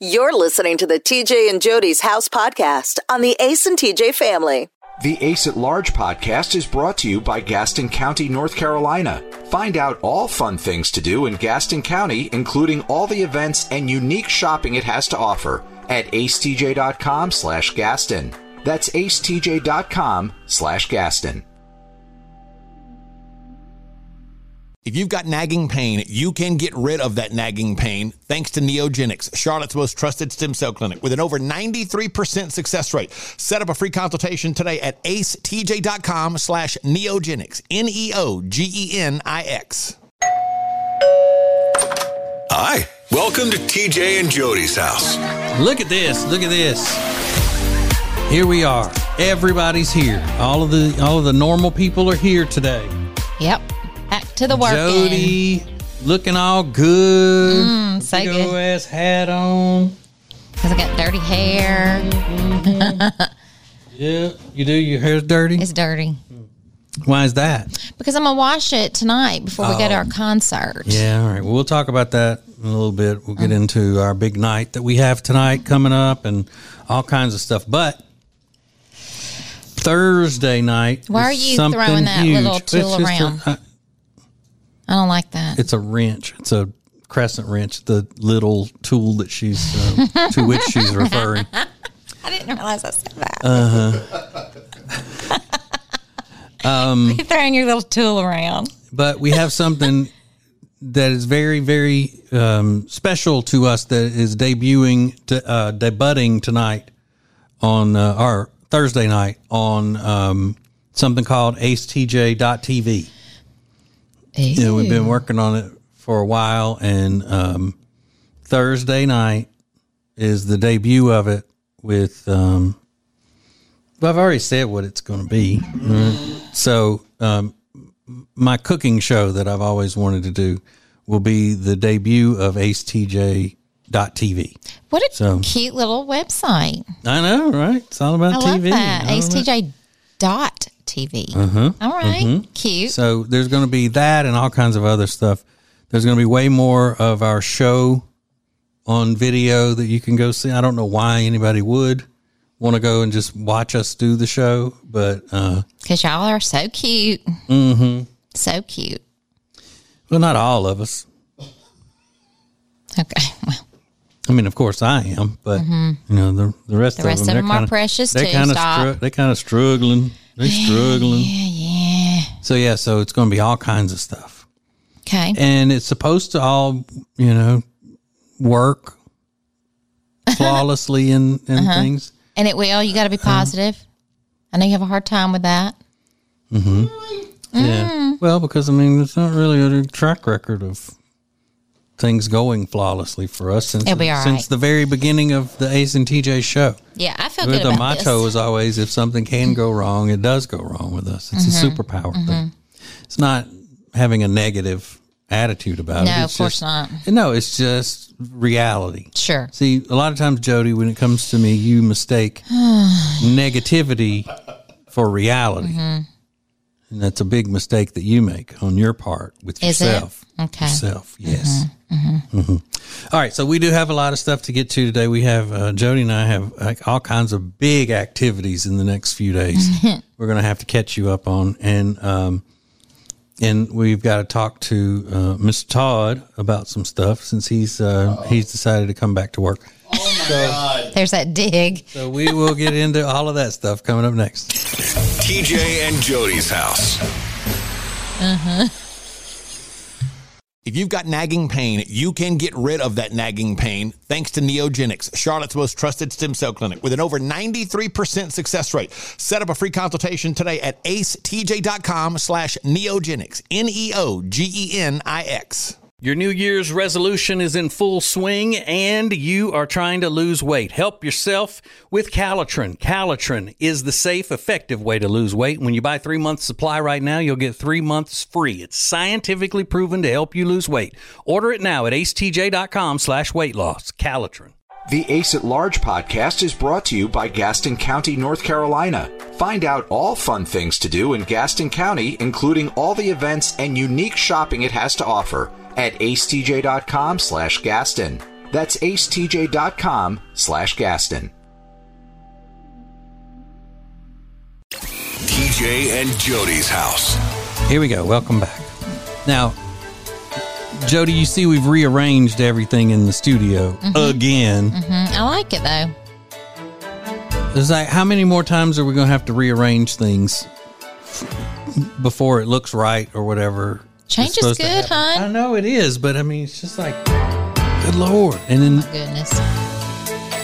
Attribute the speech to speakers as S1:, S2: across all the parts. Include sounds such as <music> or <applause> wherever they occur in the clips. S1: You're listening to the TJ and Jody's House podcast on the Ace and TJ family.
S2: The Ace at Large podcast is brought to you by Gaston County, North Carolina. Find out all fun things to do in Gaston County, including all the events and unique shopping it has to offer at acetj.com slash Gaston. That's acetj.com slash Gaston.
S3: If you've got nagging pain, you can get rid of that nagging pain thanks to Neogenics, Charlotte's most trusted stem cell clinic with an over 93% success rate. Set up a free consultation today at acetj.com slash neogenics, E N-E-O-G-E-N-I-X.
S4: Hi, welcome to TJ and Jody's house.
S5: Look at this. Look at this. Here we are. Everybody's here. All of the all of the normal people are here today.
S6: Yep. Back to the work. end.
S5: Jody looking all good.
S6: Mm, so
S5: Big
S6: good.
S5: ol' ass hat on.
S6: 'Cause I got dirty hair.
S5: Mm-hmm. Yeah, you do. Your hair's dirty.
S6: It's dirty.
S5: Why is that?
S6: Because I'm going to wash it tonight before we go to our concert.
S5: Yeah, all right. Well, we'll talk about that in a little bit. We'll get
S6: Oh.
S5: into our big night that we have tonight coming up and all kinds of stuff. But Thursday night.
S6: Why
S5: is
S6: are you
S5: something
S6: throwing that
S5: huge.
S6: little
S5: It's
S6: tool
S5: just uh, a-
S6: around?
S5: I-
S6: I don't like that.
S5: it's a wrench. It's a crescent wrench, the little tool that she's uh, to which she's referring.
S6: I didn't realize I said that.
S5: Uh-huh.
S6: <laughs>
S5: Um,
S6: You're throwing your little tool around.
S5: But we have something that is very, very um, special to us that is debuting, to, uh, debuting tonight on uh, our Thursday night on um, something called acetj.tv. You know, we've been working on it for a while, and um, Thursday night is the debut of it. With, um, well, I've already said what it's going to be.
S6: Mm-hmm.
S5: So, um, m- my cooking show that I've always wanted to do will be the debut of AceTJ.tv.
S6: What a
S5: So-
S6: cute little website.
S5: I know, right? It's all about
S6: I
S5: TV.
S6: love that.
S5: all about-
S6: AceTJ dot TV. All right.
S5: Uh-huh. Mm-hmm.
S6: Cute.
S5: So there's going to be that and all kinds of other stuff. There's going to be way more of our show on video that you can go see. I don't know why anybody would want to go and just watch us do the show, but uh,
S6: Because y'all are so cute. Mm-hmm. So cute.
S5: well, not all of us.
S6: Okay. <laughs>
S5: I
S6: Well.
S5: mean, of course, I am, but you know the the rest
S6: Mm-hmm. The
S5: of them,
S6: rest of
S5: they're
S6: them are
S5: kinda-
S6: precious
S5: they're
S6: too,
S5: Kinda
S6: stop.
S5: stru- they're kind of struggling. They're struggling. Yeah, yeah. So yeah, so it's going to be all kinds of stuff.
S6: Okay.
S5: and it's supposed to all you know work flawlessly and, and
S6: Uh-huh.
S5: things
S6: And it will. You got to be positive. I know you have a hard time with that. Mm.
S5: yeah well because i mean it's not really a track record of things going flawlessly for us since,
S6: It'll be all
S5: since
S6: right.
S5: the very beginning of the ace and tj show
S6: Yeah, I feel good
S5: the
S6: about
S5: motto
S6: this.
S5: is always if something can go wrong it does go wrong with us it's
S6: Mm-hmm.
S5: a superpower thing it's not having a negative attitude about it
S6: No,
S5: It's
S6: of course
S5: just-
S6: not.
S5: no it's just reality
S6: Sure.
S5: See, a lot of times, Jody, when it comes to me, you
S6: <sighs>
S5: mistake negativity for reality.
S6: Mm-hmm.
S5: And that's a big mistake that you make on your part with
S6: Is it?
S5: yourself.
S6: Okay.
S5: Yourself, yes. Mhm. All right, so we do have a lot of stuff to get to today. We have uh, Jody and I have like, all kinds of big activities in the next few days. We're going to have to catch you up on, and um, and we've got to talk to uh, Mr. Todd about some stuff since he's uh, he's decided to come back to work.
S6: There's that dig.
S5: So we will get into all of that stuff coming up next.
S4: TJ and Jody's house.
S3: If you've got nagging pain, you can get rid of that nagging pain thanks to Neogenics, Charlotte's most trusted stem cell clinic with an over 93% success rate. Set up a free consultation today at acetj.com slash neogenics, E N-E-O-G-E-N-I-X.
S7: Your New Year's resolution is in full swing and you are trying to lose weight. Help yourself with Calitrin. Calitrin is the safe, effective way to lose weight. When you buy three months supply right now, you'll get three months free. It's scientifically proven to help you lose weight. Order it now at acetj.com slash weight loss. Calitrin.
S2: The Ace at Large podcast is brought to you by Gaston County, North Carolina. Find out all fun things to do in Gaston County, including all the events and unique shopping it has to offer at acetj.com slash Gaston. That's acetj.com slash Gaston.
S4: TJ and Jody's house.
S5: Here we go. Welcome back. Now, Jody, you see we've rearranged everything in the studio again.
S6: Mm, I like it though.
S5: It's like, how many more times are we going to have to rearrange things before it looks right or whatever?
S6: Change is
S5: supposed to
S6: good,
S5: happen? I
S6: hon.
S5: know it is, but I mean, it's just like, good lord. And then,
S6: Goodness.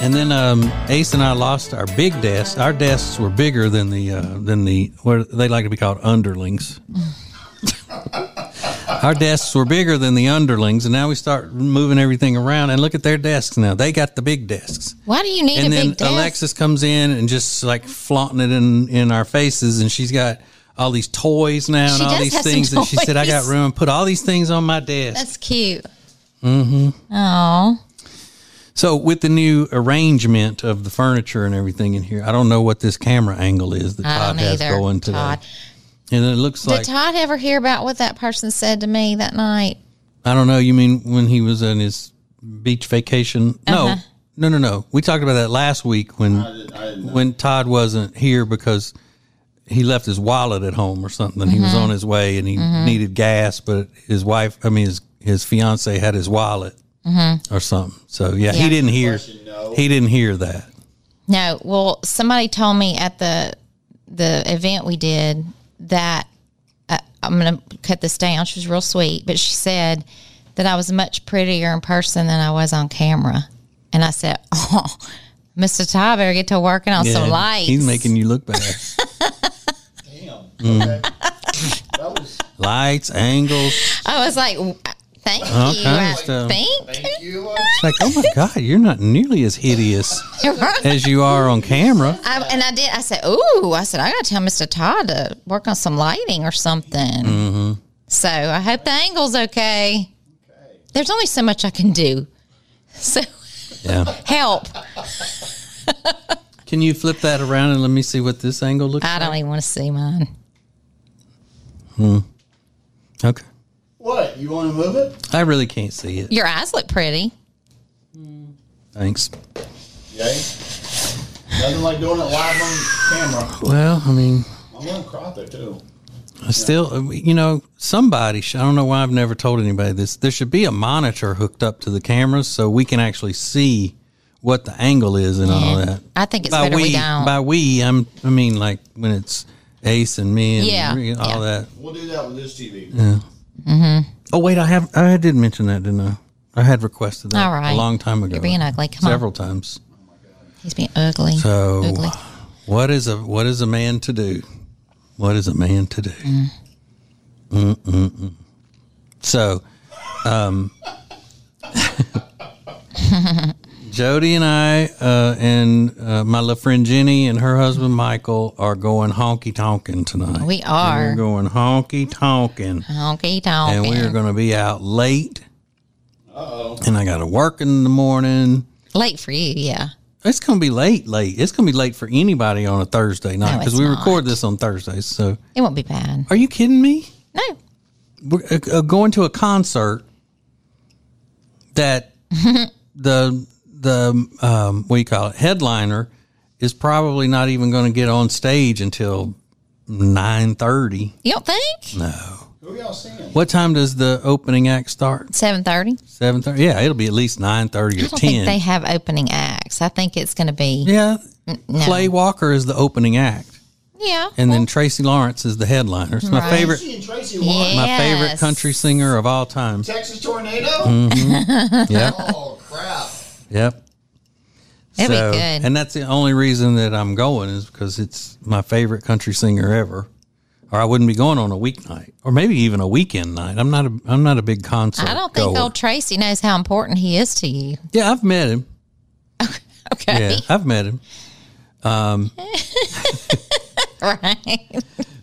S5: and then, um, Ace and I lost our big desk. Our desks were bigger than the uh, than the what they like to be called underlings. <laughs> our desks were bigger than the underlings, and now we start moving everything around. And look at their desks now; they got the big desks.
S6: Why do you need a
S5: and then
S6: big desk?
S5: Alexis comes in and just like flaunting it in in our faces, and she's got all these toys now
S6: She
S5: and all
S6: does
S5: these
S6: have some
S5: things. And she said, "I got
S6: toys."
S5: room. Put all these things on my desk."
S6: That's cute. Mm-hmm. Oh,
S5: so with the new arrangement of the furniture and everything in here, I don't know what this camera angle is that
S6: I
S5: Todd
S6: don't
S5: has
S6: either.
S5: going today,
S6: Todd.
S5: and it looks like
S6: Did Todd ever hear about what that person said to me that night?
S5: I don't know. You mean when he was on his beach vacation?
S6: Uh-huh.
S5: No, no, no, no. We talked about that last week when when Todd wasn't here because he left his wallet at home or something. He
S6: Mm-hmm.
S5: was on his way and he needed gas, but his wife, I mean his his fiance, had his wallet or something. So yeah, he
S6: Mm-hmm. Yeah.
S5: didn't hear. He didn't hear that.
S6: No. Well, somebody told me at the the event we did that uh, I'm going to cut this down. She was real sweet, but she said that I was much prettier in person than I was on camera. And I said, <laughs> "Oh, Mr. Todd, better get to working on some
S5: Yeah,
S6: lights."
S5: He's making you look
S6: <laughs>
S5: bad. Mm. Lights, angles.
S6: I was like, "W- "Thank
S5: All
S6: you."
S5: kinds of
S6: I
S5: stuff.
S6: think.
S5: It's
S6: <laughs>
S5: like, oh my God, you're not nearly as hideous as you are on camera.
S6: I, and I did. I said, "Ooh!" I said, "I got to tell Mister Todd to work on some lighting or something."
S5: Mm-hmm.
S6: So I hope the angle's okay. There's only so much I can do. <laughs> So
S5: Yeah.
S6: help!
S5: Can you flip that around and let me see what this angle looks
S6: I don't even want to see mine.
S5: like? Okay.
S8: What? You want to move it?
S5: I really can't see it.
S6: Your eyes look pretty.
S5: Thanks.
S8: Yay. Nothing like doing it live on camera.
S5: Well, I mean,
S8: I'm going to crop it too.
S5: I still, uh, you know, somebody, sh- I don't know why I've never told anybody this. There should be a monitor hooked up to the cameras so we can actually see what the angle is and all
S6: Yeah.
S5: that.
S6: I think it's better we don't.
S5: By we, I'm, I mean, like when it's Ace and me and
S6: Yeah,
S5: re- all
S6: yeah.
S5: that.
S8: We'll do that with this TV.
S5: Oh wait, I have I did mention that, didn't I? I had requested that
S6: All right.
S5: a long time ago.
S6: You're being ugly. Come on.
S5: several times.
S6: He's being ugly.
S5: So-
S6: ugly.
S5: What is a what is a man to do? What is a man to do? Mm. Mm-mm-mm. So, um, <laughs> Jody and I uh, and uh, my little friend Jenny and her husband Michael are going honky tonkin' tonight.
S6: We are.
S5: We're going honky tonkin'
S6: Honky tonk.
S5: and we are going to be out late. Uh-oh. And I got to work in the morning.
S6: late for you. Yeah.
S5: It's going to be late, late. It's going to be late for anybody on a Thursday night
S6: No,
S5: because
S6: it's
S5: we
S6: not.
S5: record this on Thursdays. So,
S6: It won't be bad.
S5: are you kidding me?
S6: No.
S5: We're uh, uh, going to a concert
S6: <laughs>
S5: that the the um, what do you call it headliner is probably not even going to get on stage until nine thirty.
S6: You don't think?
S8: Who y'all seeing?
S5: What time does the opening act start?
S6: Seven thirty.
S5: Seven thirty. Yeah, it'll be at least nine thirty or
S6: I don't
S5: ten.
S6: think they have opening acts. I think it's going to be
S5: Yeah.
S6: no.
S5: Clay Walker is the opening act.
S6: yeah.
S5: And then Tracy Lawrence is the headliner. It's my
S6: Right.
S5: favorite
S8: Tracy and Tracy
S6: Yeah.
S8: won
S5: my favorite
S6: Yes.
S5: country singer of all time.
S8: Texas Tornado?
S5: Yep.
S8: Oh, crap.
S5: Yep.
S6: It'll be good.
S5: And that's the only reason that I'm going is because it's my favorite country singer ever. Or I wouldn't be going on a weeknight. Or maybe even a weekend night. I'm not a I'm not a big concert.
S6: I don't think
S5: goer.
S6: old Tracy knows how important he is to you. <laughs>
S5: Yeah, I've met him.
S6: Okay.
S5: Yeah, I've met him.
S6: Right.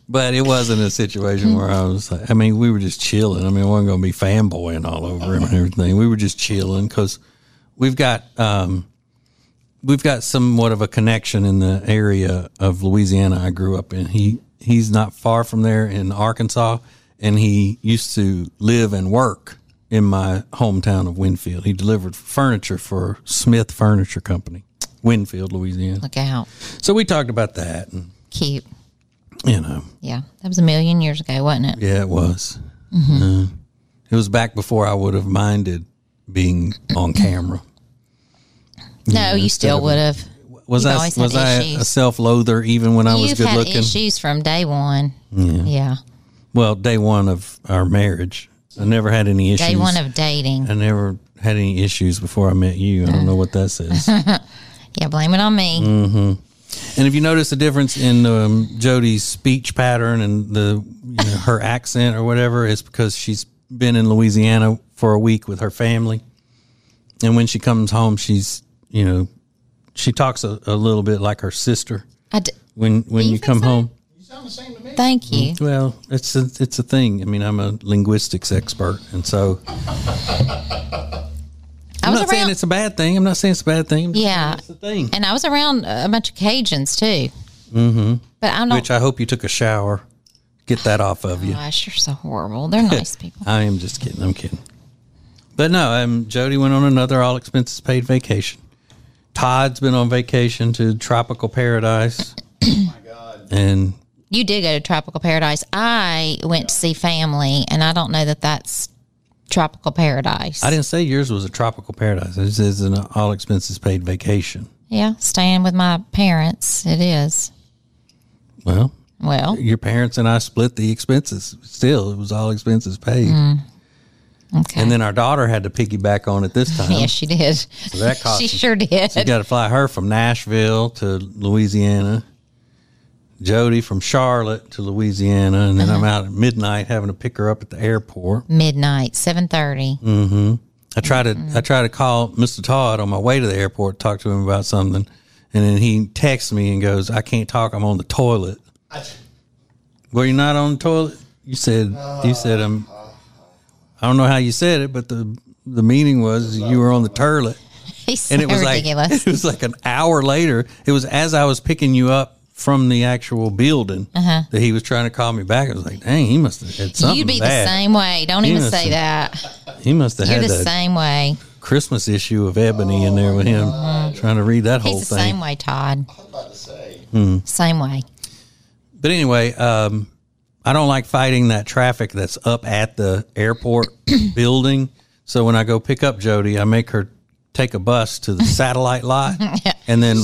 S5: But it wasn't a situation where I was like, I mean, we were just chilling. I mean, we wasn't going to be fanboying all over him and everything. We were just chilling because we've got, um, we've got somewhat of a connection in the area of Louisiana I grew up in. He, he's not far from there in Arkansas and he used to live and work in my hometown of Winfield. He delivered furniture for Smith Furniture Company, Winfield, Louisiana.
S6: Look out.
S5: So we talked about that, and
S6: Cute.
S5: you know,
S6: Yeah. That was a million years ago, wasn't it?
S5: yeah, it was.
S6: Mm-hmm.
S5: Uh, it was back before I would have minded being on camera.
S6: no, you still would have.
S5: Was
S6: You've
S5: I
S6: always had
S5: was I a
S6: issues.
S5: self-loather even when I was
S6: You've
S5: good
S6: had
S5: looking?
S6: issues from day one. Yeah.
S5: Well, day one of our marriage, I never had any issues.
S6: Day one of dating.
S5: I never had any issues before I met you. I don't know what that
S6: <laughs>
S5: says.
S6: Yeah. Blame it on me.
S5: And if you notice the difference in um, Jody's speech pattern and the you know, her accent or whatever, it's because she's been in Louisiana for a week with her family, and when she comes home, she's you know she talks a, a little bit like her sister
S6: I d-
S5: when when
S6: Do
S5: you,
S6: you think
S5: come
S6: so?
S5: home.
S6: thank you.
S5: Well, it's a, it's a thing. I mean, I'm a linguistics expert, and so
S6: I
S5: I'm
S6: was
S5: not saying
S6: around.
S5: it's a bad thing. I'm not saying it's a bad thing. I'm just
S6: Yeah.
S5: saying it's a thing.
S6: and I was around a bunch of Cajuns too. Mm-hmm. But I'm not.
S5: Which I hope you took a shower. Get that off of you.
S6: Gosh, you're so horrible. They're nice people.
S5: I am just kidding. I'm kidding. But no, um, Jody went on another all expenses paid vacation. Todd's been on vacation to tropical paradise. oh my god! And
S6: You did go to Tropical Paradise. I went to see family, and I don't know that that's Tropical Paradise.
S5: I didn't say yours was a tropical paradise. This is an all expenses paid vacation.
S6: yeah, staying with my parents. It is.
S5: Well,
S6: Well,
S5: your parents and I split the expenses. Still, it was all expenses paid.
S6: okay.
S5: And then our daughter had to piggyback on it this time.
S6: yeah, she did. <laughs>
S5: that cost
S6: she
S5: some-
S6: sure did.
S5: You got to fly her from Nashville to Louisiana, Jody from Charlotte to Louisiana, and then I'm out at midnight having to pick her up at the airport.
S6: Midnight, seven thirty.
S5: Mm.
S6: <laughs>
S5: I try to I try to call Mr. Todd on my way to the airport, talk to him about something, and then he texts me and goes, "I can't talk. I'm on the toilet." Were you not on the toilet? You said you said um, I don't know how you said it, but the the meaning was you were on the toilet.
S6: He's so
S5: and it was
S6: ridiculous.
S5: like it was like an hour later. It was as I was picking you up from the actual building that he was trying to call me back. I was like, dang, he must have had <laughs> something.
S6: Uh-huh. You'd be
S5: bad.
S6: the same way. Don't even
S5: Innocent. <laughs>
S6: say that.
S5: He must have
S6: You're
S5: had
S6: the
S5: that
S6: same way.
S5: Christmas issue of Ebony in there with him trying to read that whole
S6: Oh. He's the
S5: thing.
S6: same way, Todd. Same way.
S5: But anyway, um, I don't like fighting that traffic that's up at the
S6: <clears throat>
S5: airport building. So when I go pick up Jody, I make her take a bus to the
S6: <laughs>
S5: satellite lot and then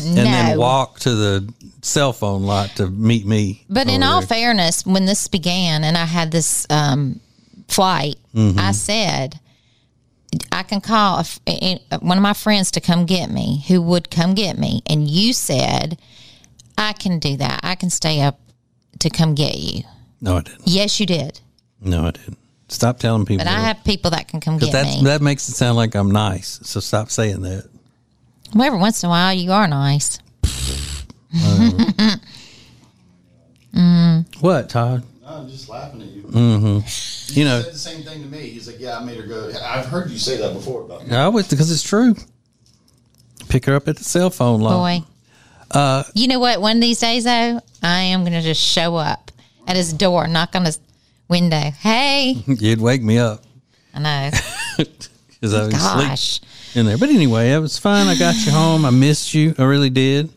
S5: and then
S6: No.
S5: walk to the cell phone lot to meet me.
S6: But in
S5: over
S6: all
S5: there.
S6: fairness, when this began and I had this um, flight,
S5: Mm-hmm.
S6: I said, I can call a f- a- a- one of my friends to come get me who would come get me. And you said, I can do that. I can stay up to come get you.
S5: no, I didn't.
S6: Yes, you did.
S5: No, I didn't. Stop telling people.
S6: But I have people that can come get
S5: that's,
S6: me.
S5: that makes it sound like I'm nice. So stop saying that.
S6: well, every once in a while, you are nice.
S5: What, Todd?
S8: I'm just laughing at you.
S5: You know,
S8: said the same thing to me. He's like, "Yeah, I made her go." I've heard you say that before about me.
S5: I always because it's true. Pick her up at the cell phone lot.
S6: boy.
S5: Uh,
S6: you know what? One of these days, though, I am going to just show up at his door, knock on his window.
S5: <laughs>
S6: Hey,
S5: You'd wake me up
S6: I know.
S5: because I was asleep
S6: Gosh,
S5: in there. But anyway, it was fine. I got you home. I missed you. I really did.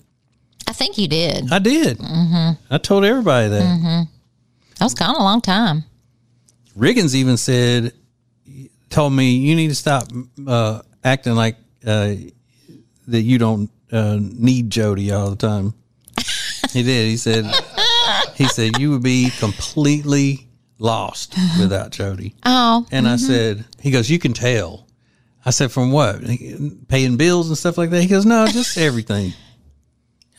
S6: I think you did.
S5: I did. Mm-hmm. I told everybody that.
S6: I was gone a long time.
S5: Riggins even said, told me you need to stop uh, acting like uh, that you don't uh, need Jody all the time. he did. He said, he said you would be completely lost without Jody.
S6: Oh,
S5: And I said, he goes, you can tell. I said, from what? He- Paying bills and stuff like that? He goes, no,
S6: <laughs>
S5: just everything.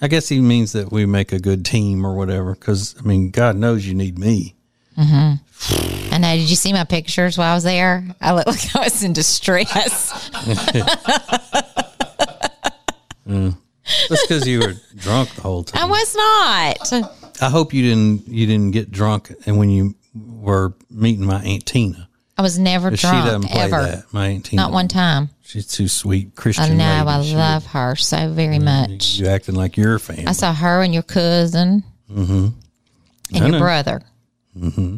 S5: I guess he means that we make a good team or whatever. Cause I mean, God knows you need me.
S6: I know. Did you see my pictures while I was there? I looked <laughs> like I was in distress.
S5: That's cause you
S6: <laughs>
S5: were drunk the whole
S6: I
S5: time.
S6: was not.
S5: I hope you didn't, you didn't get drunk. And when you were meeting my Aunt Tina,
S6: I was never
S5: 'Cause she
S6: drunk
S5: doesn't play
S6: ever.
S5: that. My Aunt Tina.
S6: Not one time.
S5: She's too sweet. Christian.
S6: I know.
S5: lady.
S6: I
S5: She-
S6: love her so very much.
S5: You acting like your family.
S6: I saw her and your cousin and
S5: I
S6: your
S5: know.
S6: brother. Mm-hmm.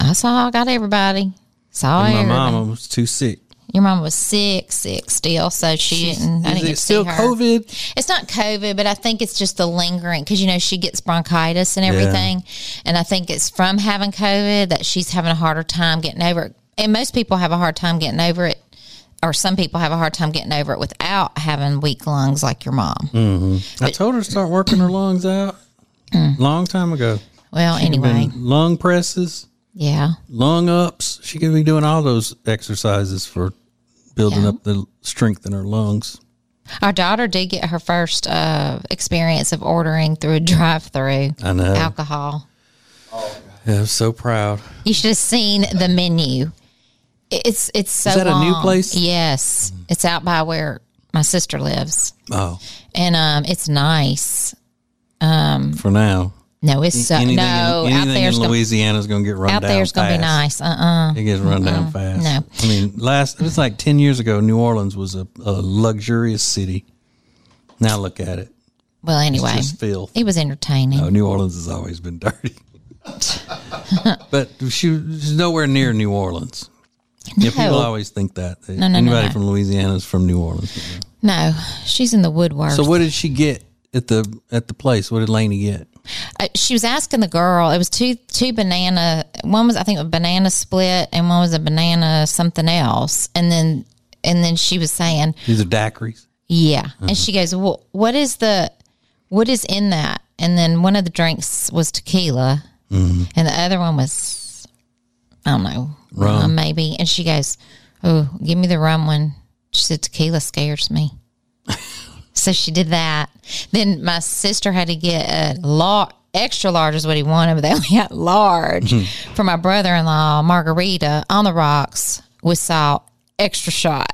S6: I saw I got everybody. That's all I
S5: My
S6: heard.
S5: mama was too sick.
S6: Your mom was sick, sick still, so she didn't. I
S5: Is
S6: didn't get
S5: it
S6: to
S5: still
S6: see her.
S5: COVID?
S6: It's not COVID, but I think it's just the lingering because you know she gets bronchitis and everything, and I think it's from having COVID that she's having a harder time getting over it. And most people have a hard time getting over it, or some people have a hard time getting over it without having weak lungs like your mom.
S5: I told her to start working her lungs out.
S6: Mm.
S5: Long time ago.
S6: Well, anyway,
S5: Been lung presses,
S6: yeah,
S5: lung ups. She could be doing all those exercises for building up the strength in her lungs.
S6: our daughter did get her first uh, experience of ordering through a drive-through
S5: I know.
S6: alcohol.
S5: Yeah, I'm so proud.
S6: You should have seen the menu. It's it's so.
S5: Is that a new
S6: long.
S5: place? Mm-hmm.
S6: Yes, it's out by where my sister lives,
S5: Oh,
S6: and um, it's nice.
S5: for now.
S6: No, it's so
S5: anything
S6: no
S5: in,
S6: out
S5: anything
S6: there's
S5: in
S6: gonna,
S5: Louisiana is going to get run
S6: out
S5: down.
S6: there's gonna be
S5: fast.
S6: nice. Uh uh
S5: It gets run down fast.
S6: no.
S5: I mean, last it was like ten years ago. New Orleans was a, a luxurious city. Now look at it.
S6: Well, anyway,
S5: just filth.
S6: it was entertaining.
S5: Oh, New Orleans has always been
S6: <laughs>
S5: dirty. but she, she's nowhere near New Orleans. Yeah, people
S6: No.
S5: always think that.
S6: no,
S5: Anybody
S6: no.
S5: from Louisiana is from New Orleans.
S6: No, she's in the woodwork.
S5: So what did she get at the at the place? What did Laney get?
S6: uh, she was asking the girl. It was two two banana. One was I think a banana split, and one was a banana something else. And then and then she was saying,
S5: These are daiquiris.
S6: Yeah. And she goes, Well, what is the what is in that? And then one of the drinks was tequila and the other one was I don't know, rum. maybe. And she goes, Oh, give me the rum one. She said, Tequila scares me. so she did that. Then my sister had to get a large extra large is what he wanted, but they only had large for my brother in law, margarita on the rocks with salt, extra shot.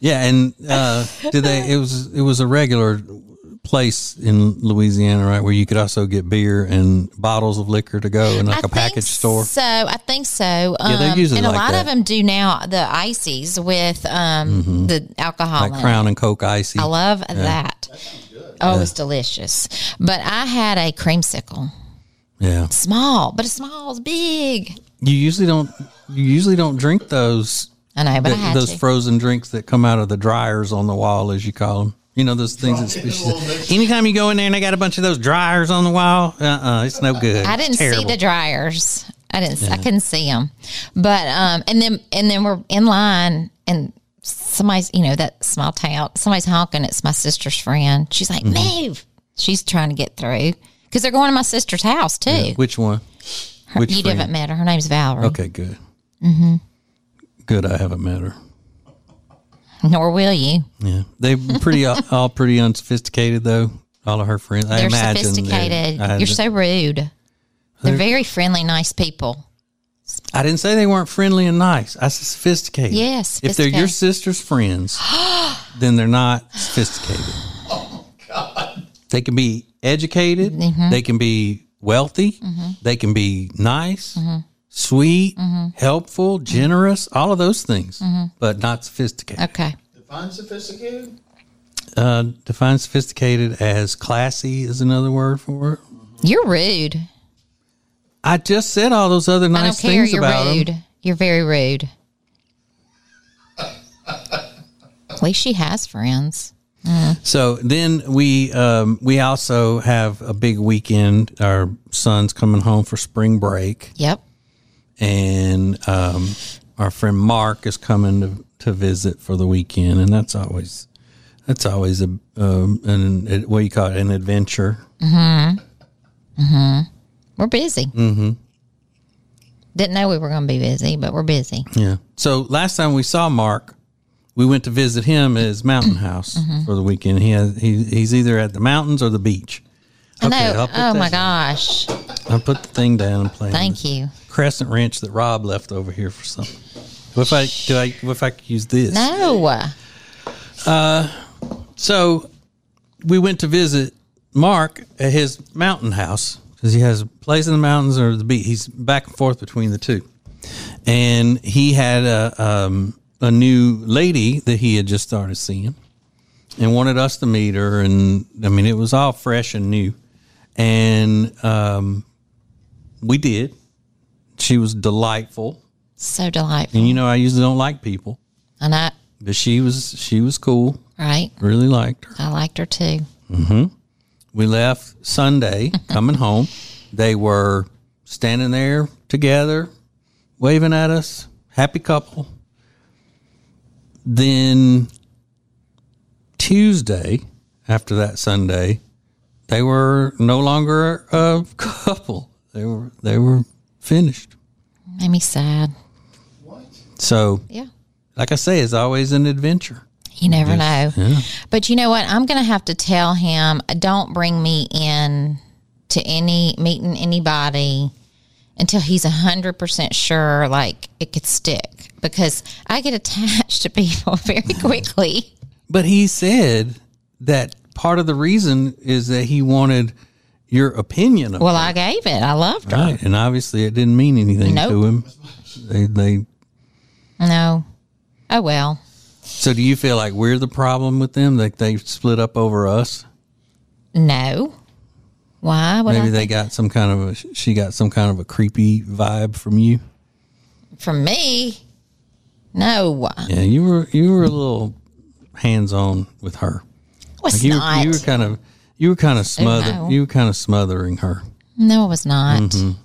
S5: Yeah, and
S6: <laughs>
S5: uh, did they? It was it was a regular place in Louisiana, right, where you could also get beer and bottles of liquor to go in like a
S6: I
S5: package
S6: think
S5: store.
S6: So I think so. Um,
S5: they're usually
S6: and a
S5: like
S6: lot
S5: that.
S6: of them do now the ices with um, the alcohol.
S5: Like
S6: in it.
S5: Crown and Coke icy.
S6: I love that. Oh, it's delicious. But I had a creamsicle,
S5: yeah,
S6: small, but it's small, it's big.
S5: you usually don't you usually don't drink those
S6: I know, but I
S5: th-
S6: had
S5: those
S6: to.
S5: frozen drinks that come out of the dryers on the wall, as you call them. You know those things. That species. Anytime you go in there and they got a bunch of those dryers on the wall, uh, uh it's no good.
S6: I didn't
S5: It's
S6: see
S5: terrible.
S6: the dryers. I didn't. I couldn't see them. But um, and then and then we're in line and somebody's you know that small town somebody's honking. It's my sister's friend. She's like
S5: Mm-hmm.
S6: move. She's trying to get through because they're going to my sister's house too.
S5: Which one? Which
S6: you
S5: friend?
S6: haven't met her. Her name's Valerie.
S5: Okay, good. Mm-hmm. Good. I haven't met her.
S6: Nor will you.
S5: Yeah, they pretty <laughs> all, all pretty unsophisticated though. All of her friends, I
S6: They're
S5: imagine they're-
S6: sophisticated.
S5: I,
S6: You're so rude. They're very friendly, nice people.
S5: I didn't say they weren't friendly and nice. I said sophisticated.
S6: Yes,
S5: if they're your
S6: sophisticated.
S5: sister's friends,
S6: <gasps>
S5: then they're not sophisticated.
S6: Oh,
S5: They can be educated.
S6: Mm-hmm.
S5: They can be wealthy. They can be nice,
S6: Mm-hmm.
S5: sweet, helpful, generous. All of those things,
S6: Mm-hmm.
S5: but not sophisticated.
S6: Okay.
S8: Define sophisticated.
S5: Uh, define sophisticated as classy is another word for it.
S6: You're rude.
S5: I just said all those other
S6: I
S5: nice
S6: don't care.
S5: things
S6: You're
S5: about
S6: rude.
S5: them.
S6: You're
S5: <laughs>
S6: very rude. At least she has friends.
S5: So then we um, we also have a big weekend. Our son's coming home for spring break,
S6: Yep.
S5: and um, our friend Mark is coming to, to visit for the weekend, and that's always that's always a um, an, an what do you call it an adventure.
S6: We're busy. Mm-hmm. Didn't know we were going to be busy, but we're busy.
S5: Yeah. So last time we saw Mark, we went to visit him at his mountain house for the weekend. He has he, he's either at the mountains or the beach.
S6: I know.
S5: I'll put
S6: Oh, my
S5: that-
S6: gosh.
S5: I put the thing down and play. on
S6: Thank
S5: this
S6: you.
S5: Crescent wrench that Rob left over here for something. What if I do I what if I could use this?
S6: No.
S5: So we went to visit Mark at his mountain house because he has a place in the mountains or the beach. He's back and forth between the two. And he had a, um, a new lady that he had just started seeing and wanted us to meet her. And I mean, it was all fresh and new. And um, we did. She was delightful.
S6: So delightful.
S5: And you know, I usually don't like people,
S6: And I,
S5: but she was she was cool.
S6: right.
S5: Really liked her.
S6: I liked her too.
S5: We left Sunday coming home. They were standing there together, waving at us, happy couple. Then Tuesday, after that Sunday, they were no longer a <laughs> couple. They were they were finished.
S6: Made me sad.
S5: So,
S6: Yeah.
S5: like I say, it's always an adventure.
S6: You never know. But you know what? I'm going to have to tell him don't bring me in to any meeting anybody until he's 100% sure like it could stick because I get attached <laughs> to people very quickly.
S5: But he said that part of the reason is that he wanted your opinion of
S6: Well, I gave it. I loved her.
S5: Right, and obviously it didn't mean anything
S6: Nope.
S5: to him. They, they.
S6: No. Oh, well.
S5: So, do you feel like we're the problem with them? Like they split up over us?
S6: No. Why would
S5: Maybe
S6: I
S5: they
S6: think
S5: got some kind of a. She got some kind of a creepy vibe from you.
S6: from me? No.
S5: Yeah, you were you were a little hands on with her.
S6: was
S5: you,
S6: not.
S5: you were kind of you were kind of smothering
S6: no.
S5: you were kind of smothering her.
S6: no, it was not.
S5: Mm-hmm.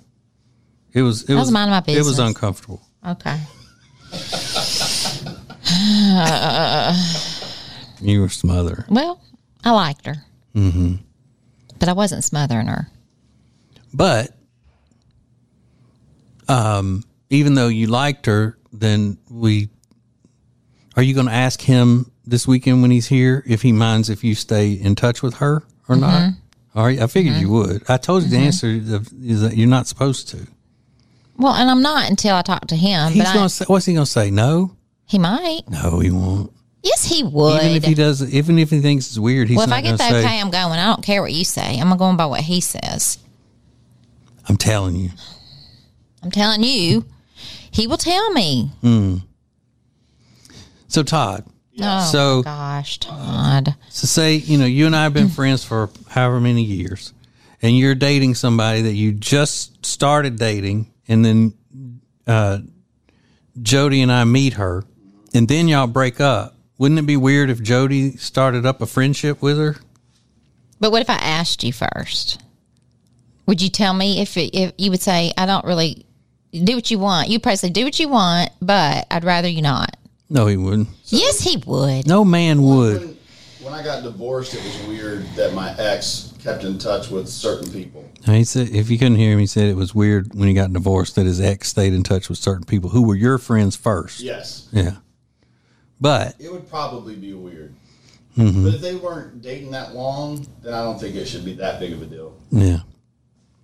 S5: It was it
S6: was
S5: was
S6: minding my
S5: It was
S6: business.
S5: uncomfortable.
S6: Okay.
S5: You were smothering.
S6: Well, I liked her, mm-hmm. but I wasn't smothering her.
S5: But um, even though you liked her, then we are you going to ask him this weekend when he's here if he minds if you stay in touch with her or not?
S6: Mm-hmm.
S5: All right, I figured you would. I told you the answer of- is that you're not supposed to.
S6: Well, and I'm not until I talk to him.
S5: He's
S6: but
S5: going
S6: I,
S5: to say, what's he going to say? No,
S6: he might.
S5: no, he won't.
S6: Yes, he would.
S5: Even if he does, even if he thinks it's weird, he's
S6: well, if I
S5: not going
S6: get
S5: to
S6: the
S5: say.
S6: okay, I'm going. I don't care what you say. I'm going by what he says.
S5: I'm telling you,
S6: I'm telling you, he will tell me.
S5: so Todd.
S6: Oh,
S5: So-
S6: gosh, Todd.
S5: So say, you know, you and I have been friends for however many years, and you're dating somebody that you just started dating, and then uh, Jody and I meet her, and then y'all break up. Wouldn't it be weird if Jody started up a friendship with her?
S6: But what if I asked you first? Would you tell me if it, if you would say I don't really do what you want? You probably say do what you want, but I'd rather you not.
S5: No, he wouldn't.
S6: yes, he would.
S5: No man would.
S8: When, when I got divorced, it was weird that my ex kept in touch with certain people.
S5: He said, if you couldn't hear him, he said it was weird when he got divorced that his ex stayed in touch with certain people who were your friends first.
S8: Yes,
S5: Yeah. But
S8: it would probably be weird. But if they weren't dating that long, then I don't think it should be that big of a deal.
S5: yeah,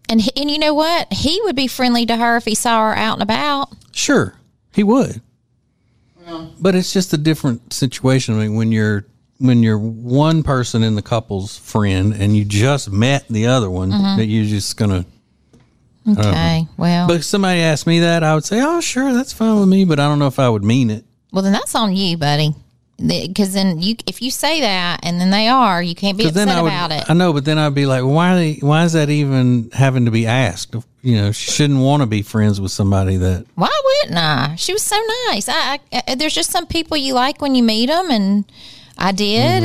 S6: And he, and you know what? He would be friendly to her if he saw her out and about.
S5: Sure, he would. But it's just a different situation. I mean, when you're when you're one person in the couple's friend and you just met the other one,
S6: Mm-hmm.
S5: that you're just gonna.
S6: Okay. well,
S5: Oh. But if somebody asked me that, I would say, "Oh, sure, that's fine with me," but I don't know if I would mean it.
S6: well then that's on you, buddy. Because then you, if you say that and then they are, you can't be
S5: 'Cause
S6: upset
S5: then I would,
S6: about it.
S5: I know, but then I'd be like, well, "Why? Are they, why is that even having to be asked?" You know, she shouldn't want to be friends with somebody that.
S6: Why wouldn't I? She was so nice. I, I, I there's just some people you like when you meet them, and I did.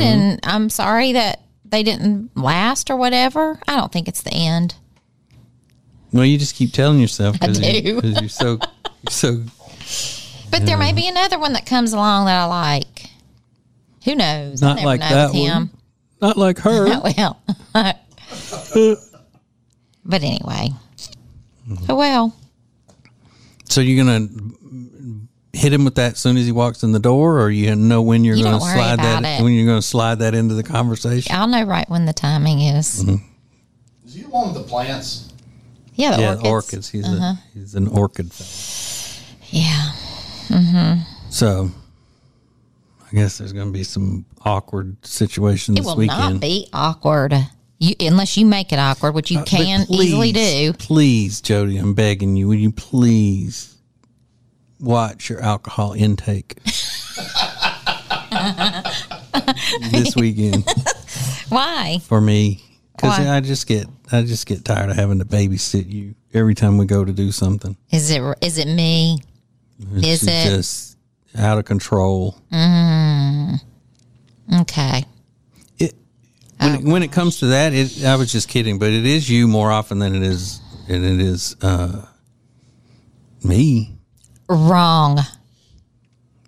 S5: Mm-hmm.
S6: And I'm sorry that they didn't last or whatever. I don't think it's the end.
S5: Well, you just keep telling yourself because
S6: do.
S5: you, 'cause you're so so
S6: But there may be another one that comes along that I like. Who knows?
S5: Not
S6: I never
S5: like
S6: know
S5: that
S6: with him.
S5: one. not like
S6: <laughs>
S5: her.
S6: Oh, well. but anyway.
S5: Mm-hmm.
S6: Oh, well.
S5: So you're gonna hit him with that as soon as he walks in the door, or you know when you're
S6: You
S5: gonna
S6: don't worry
S5: slide that
S6: about it.
S5: when you're gonna slide that into the conversation.
S6: I'll know right when the timing is.
S5: Mm-hmm.
S8: Is he the one with the plants?
S6: Yeah, the
S5: Yeah,
S6: orchids. Uh-huh.
S5: orchids. He's a, he's an orchid. Fella.
S6: Yeah.
S5: So I guess there's gonna be some awkward situation
S6: It
S5: this
S6: will
S5: weekend. Uh,
S6: not be awkward. You, unless you make it awkward, which you
S5: But
S6: can easily do.
S5: Please, Jody, I'm begging you. Will you please watch your alcohol
S6: <laughs>
S5: intake this weekend
S6: Why?
S5: for me? because
S6: Why?
S5: I just get I just get tired of having to babysit you every time we go to do something.
S6: Is it is it me? Is
S5: She's
S6: it
S5: just out of control?
S6: okay?
S5: It
S6: Oh.
S5: when, it, when it comes to that, it I was just kidding, but it is you more often than it is and it is uh me,
S6: Wrong,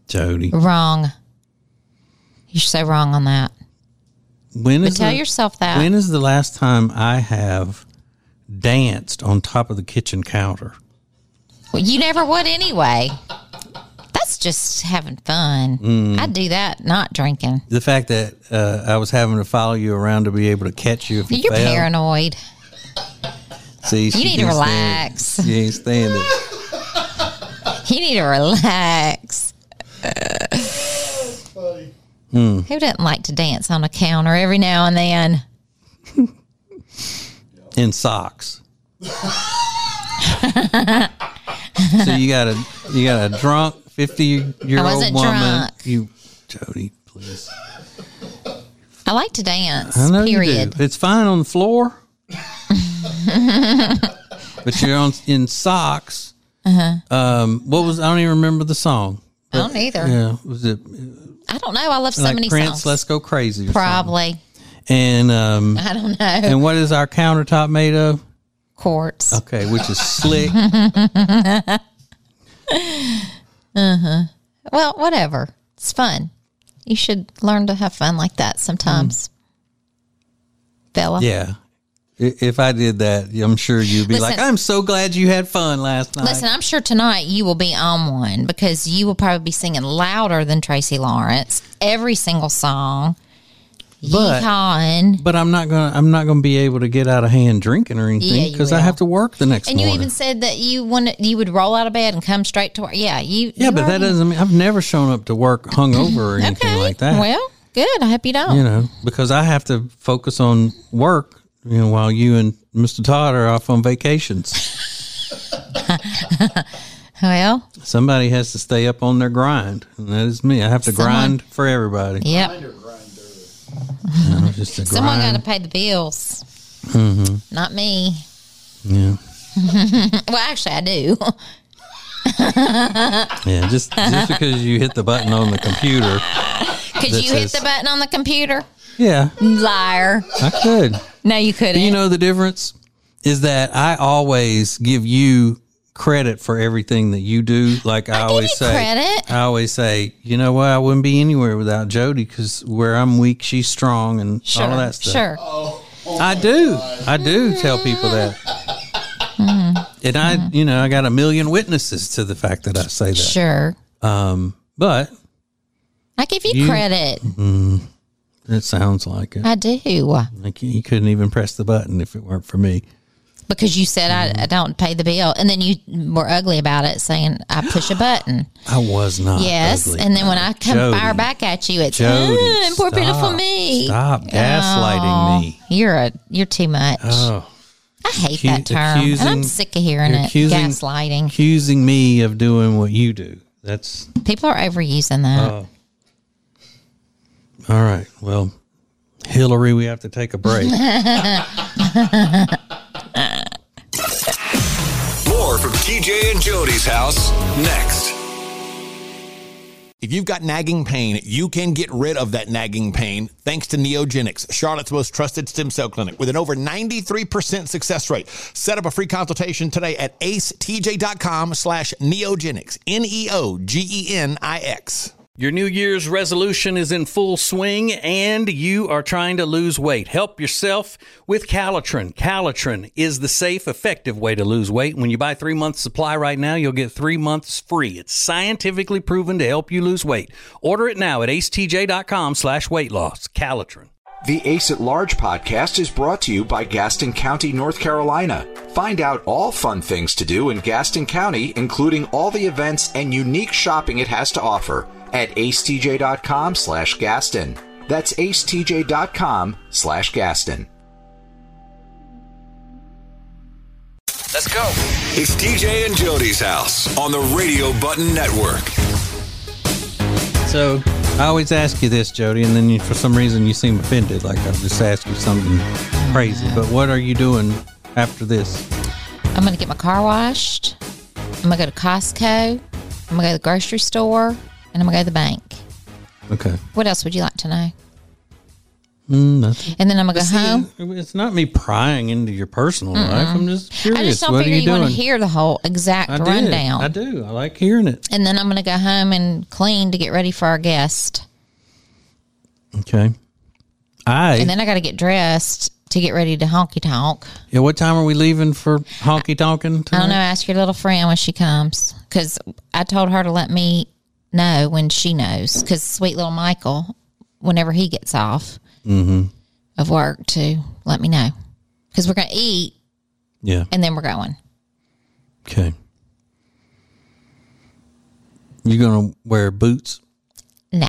S5: Jody.
S6: wrong. You're so wrong on that.
S5: When
S6: But
S5: is
S6: tell
S5: the-
S6: yourself that.
S5: When is the last time I have danced on top of the kitchen counter?
S6: Well, you never would anyway. That's just having fun.
S5: Mm.
S6: I do that, not drinking.
S5: The fact that uh, I was having to follow you around to be able to catch you if you
S6: You're
S5: fell.
S6: paranoid.
S5: See, she
S6: You need to
S5: can't stand <laughs>
S6: relax. <laughs>
S5: it. She ain't stand it.
S6: You need to relax.
S5: Hmm.
S6: Who doesn't like to dance on a counter every now and then?
S5: in socks. so you got a you got a drunk fifty year
S6: I
S5: old
S6: wasn't
S5: woman.
S6: drunk.
S5: You, Jody, please.
S6: I like to dance.
S5: I know you
S6: period.
S5: do. It's fine on the
S6: <laughs>
S5: floor, but you're on in socks.
S6: Uh-huh.
S5: Um, what was I don't even remember the song.
S6: I don't either.
S5: Yeah, was it
S6: I don't know. I love so
S5: like
S6: many
S5: Prince?
S6: songs.
S5: Let's go crazy. Or something?
S6: Probably.
S5: And um,
S6: I don't know.
S5: and what is our countertop made of?
S6: Courts.
S5: Okay, which is slick.
S6: <laughs> Well, whatever. It's fun. You should learn to have fun like that sometimes. Bella.
S5: Hmm. Yeah. I- If I did that, I'm sure you'd be
S6: Listen.
S5: like, I'm so glad you had fun last night.
S6: Listen, I'm sure tonight you will be on one because you will probably be singing louder than Tracy Lawrence every single song.
S5: But-
S6: Yeehaw.
S5: but I'm not gonna I'm not gonna be able to get out of hand drinking or
S6: Yeah,
S5: anything
S6: you
S5: because I
S6: will.
S5: have to work the next
S6: And you
S5: morning.
S6: even said that you want you would roll out of bed and come straight to work. Yeah, you.
S5: yeah,
S6: you
S5: but that
S6: already-
S5: doesn't mean I've never shown up to work hungover or anything
S6: <laughs> Okay.
S5: like that.
S6: Well, good. I hope you don't.
S5: you know, because I have to focus on work, you know, while you and Mr. Todd are off on
S6: <laughs>
S5: vacations.
S6: Well,
S5: Somebody has to stay up on their grind, and that is me. I have to
S6: Someone-
S5: grind for everybody.
S6: yep.
S5: I'm just a
S6: Someone got
S5: grind. Mm-hmm.
S6: to pay the bills. Not me.
S5: yeah.
S6: <laughs> Well, actually, I do. <laughs>
S5: Yeah, just
S6: <laughs>
S5: just because you hit the button on the computer.
S6: Could
S5: This
S6: you hit
S5: is-
S6: the button on the computer?
S5: Yeah,
S6: Liar.
S5: I could.
S6: No, you couldn't.
S5: Do you know the difference? Is that I always give you credit for everything that you do. Like I,
S6: give
S5: always
S6: you
S5: say,
S6: credit.
S5: I always say, you know what? I wouldn't be anywhere without Jody because where I'm weak, she's strong, and
S6: sure.
S5: all of that stuff.
S6: Sure.
S5: I do. I do tell people that.
S6: Mm-hmm.
S5: And I, you know, I got a million witnesses to the fact that I say that.
S6: Sure.
S5: But
S6: I give you,
S5: You-
S6: credit.
S5: it sounds like it.
S6: I do
S5: Like you you couldn't even press the button if it weren't for me.
S6: because you said
S5: Mm-hmm.
S6: I, I don't pay the bill, and then you were ugly about it, saying I push a button.
S5: I was not.
S6: yes,
S5: ugly.
S6: and then when I come
S5: Jody.
S6: fire back at you, it's
S5: Jody,
S6: "Mm, poor
S5: stop.
S6: pitiful me.
S5: Stop gaslighting me.
S6: You're a you're too much.
S5: Oh,
S6: I hate
S5: Accu-
S6: that term, and I'm
S5: accusing-
S6: sick of hearing
S5: you're
S6: it.
S5: accusing-
S6: Gaslighting.
S5: accusing me of doing what you do. That's
S6: People are overusing that.
S5: Uh. all right. Well, Hillary, we have to take a break.
S6: <laughs>
S4: More from TJ and Jody's house next.
S3: If you've got nagging pain, you can get rid of that nagging pain thanks to Neogenics, Charlotte's most trusted stem cell clinic with an over 93% success rate. Set up a free consultation today at acetj.com slash neogenics, E N-E-O-G-E-N-I-X.
S7: Your New Year's resolution is in full swing and you are trying to lose weight. Help yourself with Calitrin. Calitrin is the safe, effective way to lose weight. When you buy three months supply right now, you'll get three months free. It's scientifically proven to help you lose weight. Order it now at acetj.com slash weight loss. Calitrin.
S2: The Ace at Large podcast is brought to you by Gaston County, North Carolina. Find out all fun things to do in Gaston County, including all the events and unique shopping it has to offer at acetj.com slash Gaston. That's acetj.com slash Gaston.
S9: Let's go.
S4: It's TJ and Jody's house on the Radio Button Network.
S5: so I always ask you this, Jody, and then you, for some reason you seem offended, like I just asked you something crazy. But what are you doing after this?
S6: I'm gonna get my car washed. I'm gonna go to Costco. I'm gonna go to the grocery store, and I'm gonna go to the bank.
S5: Okay.
S6: What else would you like to know?
S5: Mm, nothing.
S6: And then I'm gonna go home.
S5: It's not me prying into your personal life. I'm just curious.
S6: I just don't
S5: what are
S6: figure
S5: you,
S6: you,
S5: doing?
S6: want to hear the whole exact
S5: I did.
S6: rundown.
S5: I do. I like hearing it.
S6: And then I'm gonna go home and clean to get ready for our guest.
S5: Okay. I
S6: And then I gotta get dressed to get ready to honky tonk.
S5: yeah. What time are we leaving for honky tonkin?
S6: I don't know. Ask your little friend when she comes, because I told her to let me know when she knows. Because sweet little Michael, whenever he gets off
S5: Mm-hmm.
S6: of work, to let me know, because we're gonna eat
S5: Yeah.
S6: and then we're going.
S5: Okay. You gonna wear boots?
S6: No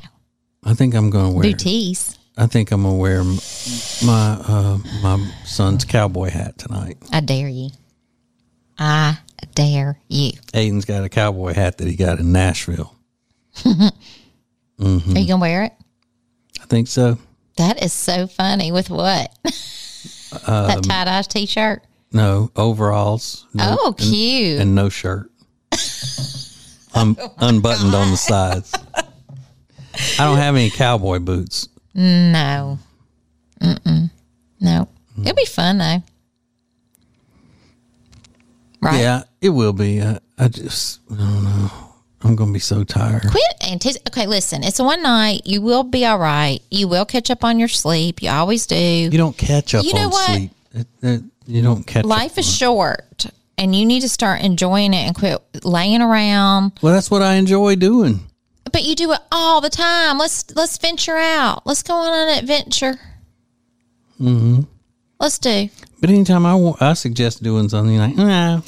S5: I think I'm gonna wear.
S6: booties.
S5: I think I'm gonna wear m- my uh, my son's cowboy hat tonight.
S6: I dare you. I dare you.
S5: Aiden's got a cowboy hat that he got in Nashville.
S6: Are you gonna wear it?
S5: I think so.
S6: That is so funny. With what? <laughs>
S5: Um,
S6: that tie dye t shirt.
S5: No overalls. No,
S6: oh, cute.
S5: and no shirt.
S6: <laughs>
S5: I'm
S6: Oh
S5: unbuttoned on the sides. I don't have any cowboy boots.
S6: No. Mm-mm. No.
S5: Mm.
S6: It'll be fun though. Right.
S5: Yeah, it will be. I, I just I don't know. I'm gonna be so tired.
S6: Quit antici- okay, listen, it's one night. You will be all right. You will catch up on your sleep. You always do.
S5: You don't catch up
S6: You know
S5: on
S6: what?
S5: sleep. It- it- you don't catch
S6: Life
S5: up
S6: is
S5: on-
S6: short and you need to start enjoying it and quit laying around.
S5: Well, that's what I enjoy doing.
S6: But you do it all the time. Let's let's venture out. Let's go on an adventure. Mm-hmm. Let's do.
S5: But anytime I want, I suggest doing something like nah. nah,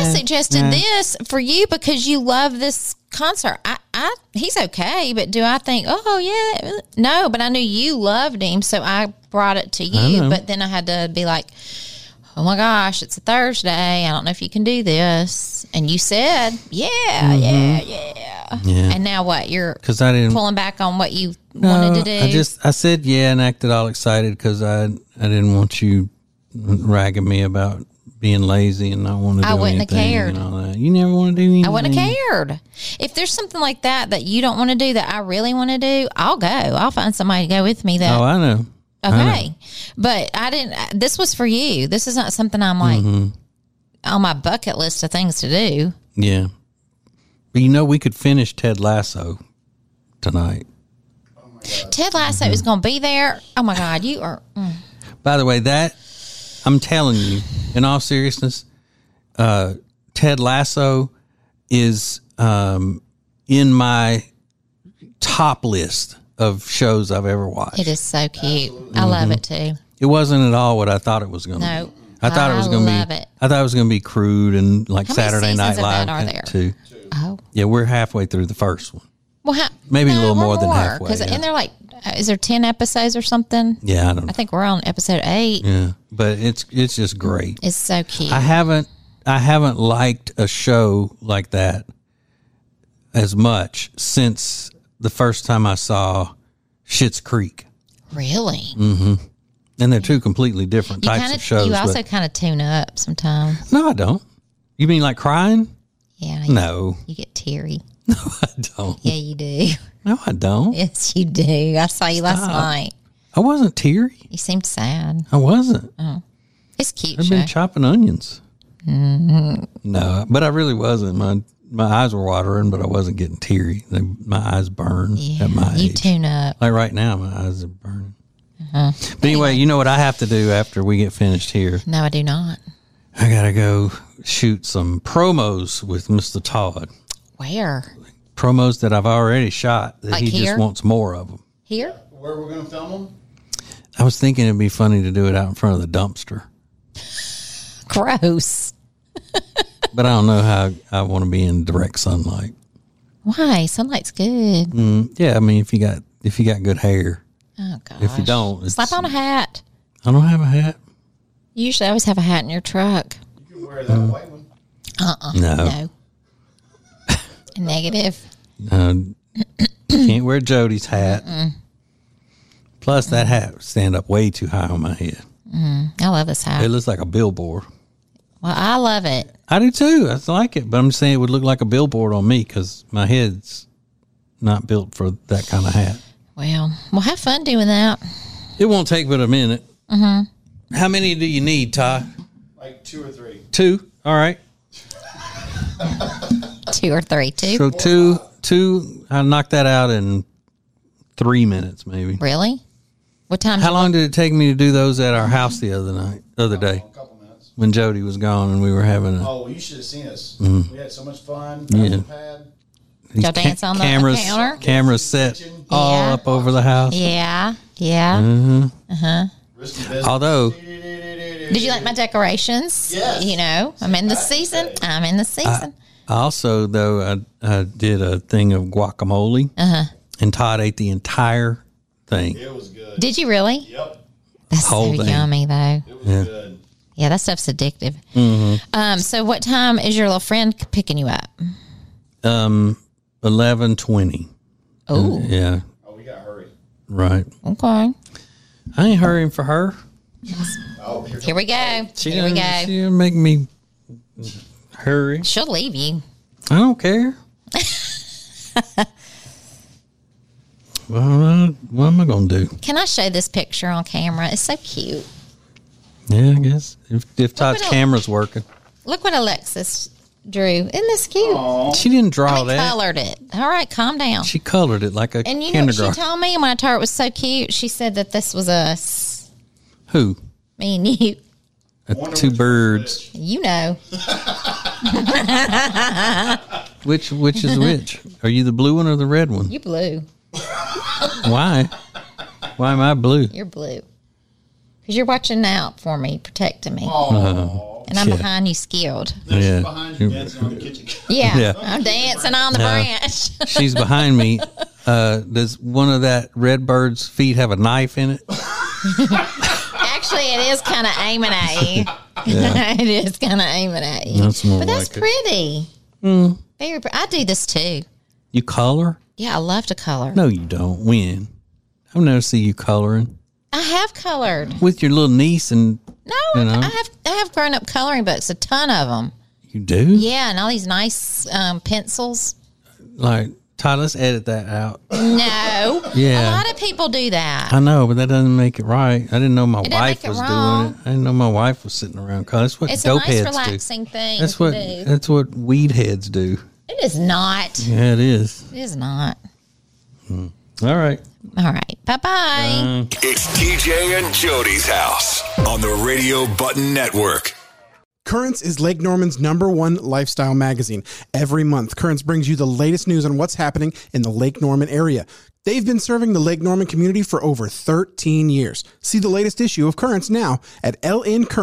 S6: I suggested
S5: nah.
S6: this for you because you love this concert. I, I, he's okay, but do I think? Oh yeah, no. But I knew you loved him, so I brought it to you.
S5: know.
S6: But then I had to be like, oh my gosh, it's a Thursday. I don't know if you can do this. And you said, yeah, yeah, yeah,
S5: Yeah.
S6: And now what? You're
S5: 'Cause I didn't-
S6: pulling back on what you
S5: No,
S6: wanted to do.
S5: I just I said yeah and acted all excited because I I didn't want you ragging me about being lazy and not wanting to
S6: I
S5: do
S6: wouldn't have
S5: anything
S6: cared.
S5: and all that. You never want to do anything.
S6: I wouldn't have cared. If there's something like that that you don't want to do that I really want to do, I'll go. I'll find somebody to go with me that
S5: Oh, I know.
S6: Okay. But I didn't, this was for you. This is not something I'm like
S5: Mm-hmm.
S6: on my bucket list of things to do.
S5: Yeah, but you know we could finish Ted Lasso tonight.
S6: Ted Lasso
S5: Mm-hmm.
S6: is going to be there. Oh my God, you are. mm.
S5: By the way, that I'm telling you, in all seriousness, uh, Ted Lasso is um, in my top list of shows I've ever watched.
S6: It is so cute. I love it too.
S5: It wasn't at all what I thought it was going to
S6: No.
S5: be. Mm-hmm. I thought it
S6: I
S5: was going to
S6: love
S5: be.
S6: it.
S5: I thought it was going to be crude and like
S6: How many
S5: Saturday
S6: seasons
S5: Night
S6: of that
S5: Live
S6: are
S5: uh,
S6: there?
S5: too.
S6: Oh,
S5: Yeah, we're halfway through the first one.
S6: well, how,
S5: Maybe a little
S6: we're
S5: more than halfway,
S6: 'Cause-
S5: yeah.
S6: And they're like, uh, is there 10 episodes or something?
S5: Yeah, I don't.
S6: I think we're on episode eight.
S5: yeah, but it's it's just great.
S6: It's so cute.
S5: I haven't I haven't liked a show like that as much since the first time I saw Shit's Creek,
S6: really?
S5: and they're two completely different
S6: You,
S5: types
S6: kind
S5: of shows.
S6: of, you also
S5: but-
S6: kind of tune up sometimes.
S5: no, I don't. You mean like crying?
S6: Yeah. You,
S5: No, <laughs>
S6: You get teary.
S5: I don't.
S6: Yeah, you do. <laughs>
S5: No, I don't.
S6: Yes, you do. I saw you last night.
S5: I wasn't teary.
S6: You seemed sad.
S5: I wasn't.
S6: It's cute.
S5: I've
S6: show.
S5: been chopping onions.
S6: Mm-hmm.
S5: No, but I really wasn't. My my eyes were watering, but I wasn't getting teary. They, my eyes burn
S6: yeah,
S5: at my
S6: you
S5: age.
S6: tune up.
S5: Like right now, my eyes are burning.
S6: Uh-huh.
S5: But anyway, you know what I have to do after we get finished here?
S6: No, I do not.
S5: I gotta go shoot some promos with Mr. Todd.
S6: Where?
S5: Promos that I've already shot that
S6: Like
S5: he
S6: here?
S5: just wants more of them.
S6: Here?
S8: Where we're gonna film them?
S5: I was thinking it'd be funny to do it out in front of the dumpster,
S6: Gross.
S5: but I don't know how I want to be in direct sunlight.
S6: Why? Sunlight's good.
S5: Mm. Yeah, I mean if you got if you got good hair,
S6: Oh gosh.
S5: if you don't, it's,
S6: slap on a hat.
S5: I don't have a hat.
S6: You usually always have a hat in your truck.
S8: You can wear that white one.
S5: No,
S6: No. Negative.
S5: no. Uh, Can't wear Jody's hat. Plus, that hat would stand up way too high on my head.
S6: I love this hat.
S5: It looks like a billboard.
S6: well, I love it.
S5: I do too. I like it, but I'm saying it would look like a billboard on me because my head's not built for that kind of hat.
S6: Well, well, have fun doing that.
S5: It won't take but a minute. Mm-hmm. How many do you need, Ty?
S8: Like two or three.
S5: Two. All right.
S6: Two or three, two.
S5: So two, two. I knocked that out in three minutes, maybe.
S6: Really? What time?
S5: How long did it take me to do those at our house the other night, the other day,
S8: A couple minutes.
S5: when Jody was gone and we were having a
S8: Oh, you should have seen us. We had so much fun. Mm-hmm. Yeah. Pad.
S5: these
S6: Y'all dance on the
S5: cameras,
S6: counter?
S5: cameras set all
S6: Yeah.
S5: up over the house.
S6: <laughs> Yeah, yeah.
S5: Mm.
S8: Risky business.
S5: Although
S6: Did you like my decorations?
S8: Yes.
S6: You know, I'm in the season. I'm in the season.
S5: Also, though, I, I did a thing of guacamole,
S6: Uh-huh.
S5: and Todd ate the entire thing.
S8: It was good.
S6: Did you really?
S8: Yep.
S6: That's so
S5: Whole thing.
S6: yummy, though.
S8: It was good.
S6: Yeah, that stuff's addictive.
S5: Mm-hmm.
S6: Um, so, what time is your little friend c- picking you up?
S5: Um, Eleven twenty. Mm.
S6: Oh,
S5: Yeah,
S8: Oh, we got to hurry.
S5: right.
S6: okay.
S5: I ain't hurrying for her.
S8: Oh, here
S6: Here we go.
S5: She
S6: Here we
S5: gonna-
S6: go.
S5: She gonna make me hurry.
S6: She'll leave you.
S5: I don't care. well, uh, <laughs> what am I gonna do?
S6: Can I show this picture on camera? It's so cute.
S5: Yeah, I guess if, if Todd's
S6: what else?
S5: camera's working,
S6: Look what Alexis drew. Isn't this cute?
S5: she didn't draw
S6: I
S5: that.
S6: colored it. All right, calm down.
S5: Oh, She colored it like a
S6: and you know what she
S5: kindergarten.
S6: told me when I told her it was so cute? She said that this was us,
S5: Who?
S6: me and <laughs> you.
S5: Uh, two birds.
S6: You know,
S5: Which which
S6: <laughs>
S5: is which? Are you the blue one or the red one?
S6: you blue.
S5: Why? Why am I blue?
S6: You're blue. Because you're watching out for me, protecting me. and I'm
S5: yeah.
S6: behind you, skilled.
S5: yeah,
S8: Behind you dancing on the kitchen.
S6: Yeah.
S5: Yeah.
S6: I'm dancing on the branch. <laughs>
S5: she's behind me. Uh, does one of that red bird's feet have a knife in it?
S6: Actually, it is kind of aiming at
S5: <laughs>
S6: you. <laughs> it is kind of aiming at you.
S5: That's more
S6: but that's
S5: like it. Hmm.
S6: pretty. Very pretty. I do this too.
S5: You color?
S6: Yeah, I love to color.
S5: No, you don't. When? I've never seen you coloring
S6: I have colored.
S5: with your little niece, and
S6: No,
S5: You know?
S6: I have I have grown up coloring books, a ton of them.
S5: you do.
S6: Yeah, and all these nice um, pencils.
S5: Like Todd, let's edit that out.
S6: No,
S5: Yeah.
S6: a lot of people do that.
S5: I know, but that doesn't make it right. I didn't know my
S6: doesn't
S5: wife
S6: make it
S5: was
S6: wrong.
S5: doing it. I didn't know my wife was sitting around coloring. That's what
S6: it's a
S5: dope
S6: nice,
S5: heads do.
S6: relaxing thing.
S5: That's
S6: to
S5: what
S6: do.
S5: that's what weed heads do.
S6: It is not.
S5: Yeah, it is.
S6: It is not.
S5: All right.
S6: All right. Bye bye.
S4: It's TJ and Jody's house on the Radio Button Network.
S10: Currents is Lake Norman's number one lifestyle magazine. Every month, Currents brings you the latest news on what's happening in the Lake Norman area. They've been serving the Lake Norman community for over 13 years. See the latest issue of Currents now at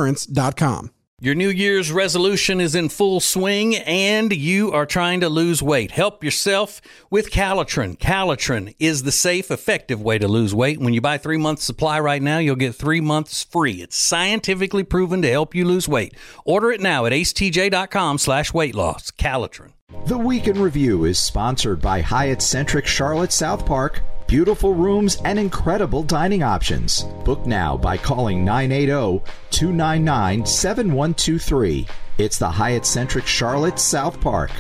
S10: lncurrents.com.
S7: Your New Year's resolution is in full swing and you are trying to lose weight. Help yourself with Calitrin. Calitrin is the safe, effective way to lose weight. When you buy three months supply right now, you'll get three months free. It's scientifically proven to help you lose weight. Order it now at acetj.com slash weight loss. Calitrin.
S2: <laughs> The Week in Review is sponsored by Hyatt Centric Charlotte South Park, beautiful rooms and incredible dining options. Book now by calling 980 299 7123. It's the Hyatt Centric Charlotte South Park.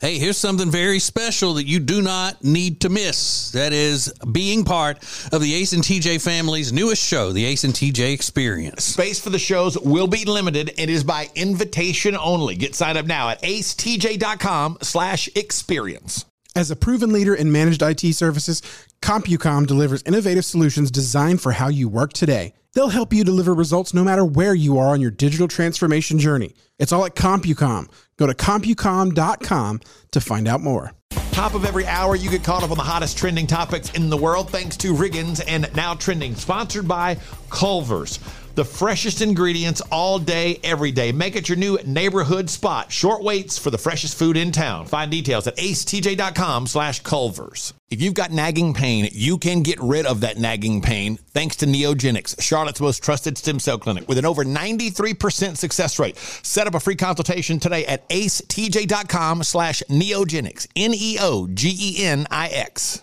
S3: Hey, here's something very special that you do not need to miss. That is being part of the Ace and TJ family's newest show, the Ace and TJ Experience. Space for the shows will be limited and is by invitation only. Get signed up now at acetj.com slash experience.
S10: As a proven leader in managed IT services, CompuCom delivers innovative solutions designed for how you work today. They'll help you deliver results no matter where you are on your digital transformation journey. It's all at CompuCom. Go to CompuCom.com to find out more.
S3: Top of every hour, you get caught up on the hottest trending topics in the world thanks to Riggins and Now Trending, sponsored by Culver's. The freshest ingredients all day, every day. Make it your new neighborhood spot. Short waits for the freshest food in town. Find details at acetj.com slash Culver's. If you've got nagging pain, you can get rid of that nagging pain thanks to Neogenics, Charlotte's most trusted stem cell clinic with an over 93% success rate. Set up a free consultation today at E acetj.com slash neogenics, N-E-O-G-E-N-I-X.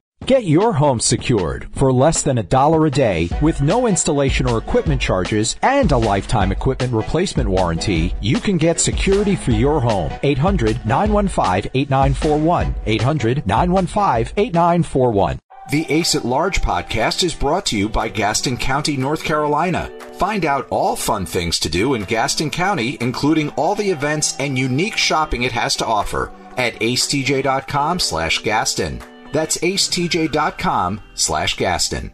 S2: Get your home secured for less than a dollar a day with no installation or equipment charges and a lifetime equipment replacement warranty. You can get security for your home. 800-915-8941. 800-915-8941. The Ace at Large podcast is brought to you by Gaston County, North Carolina. Find out all fun things to do in Gaston County, including all the events and unique shopping it has to offer at acetj.com slash Gaston. That's acetj.com slash Gaston.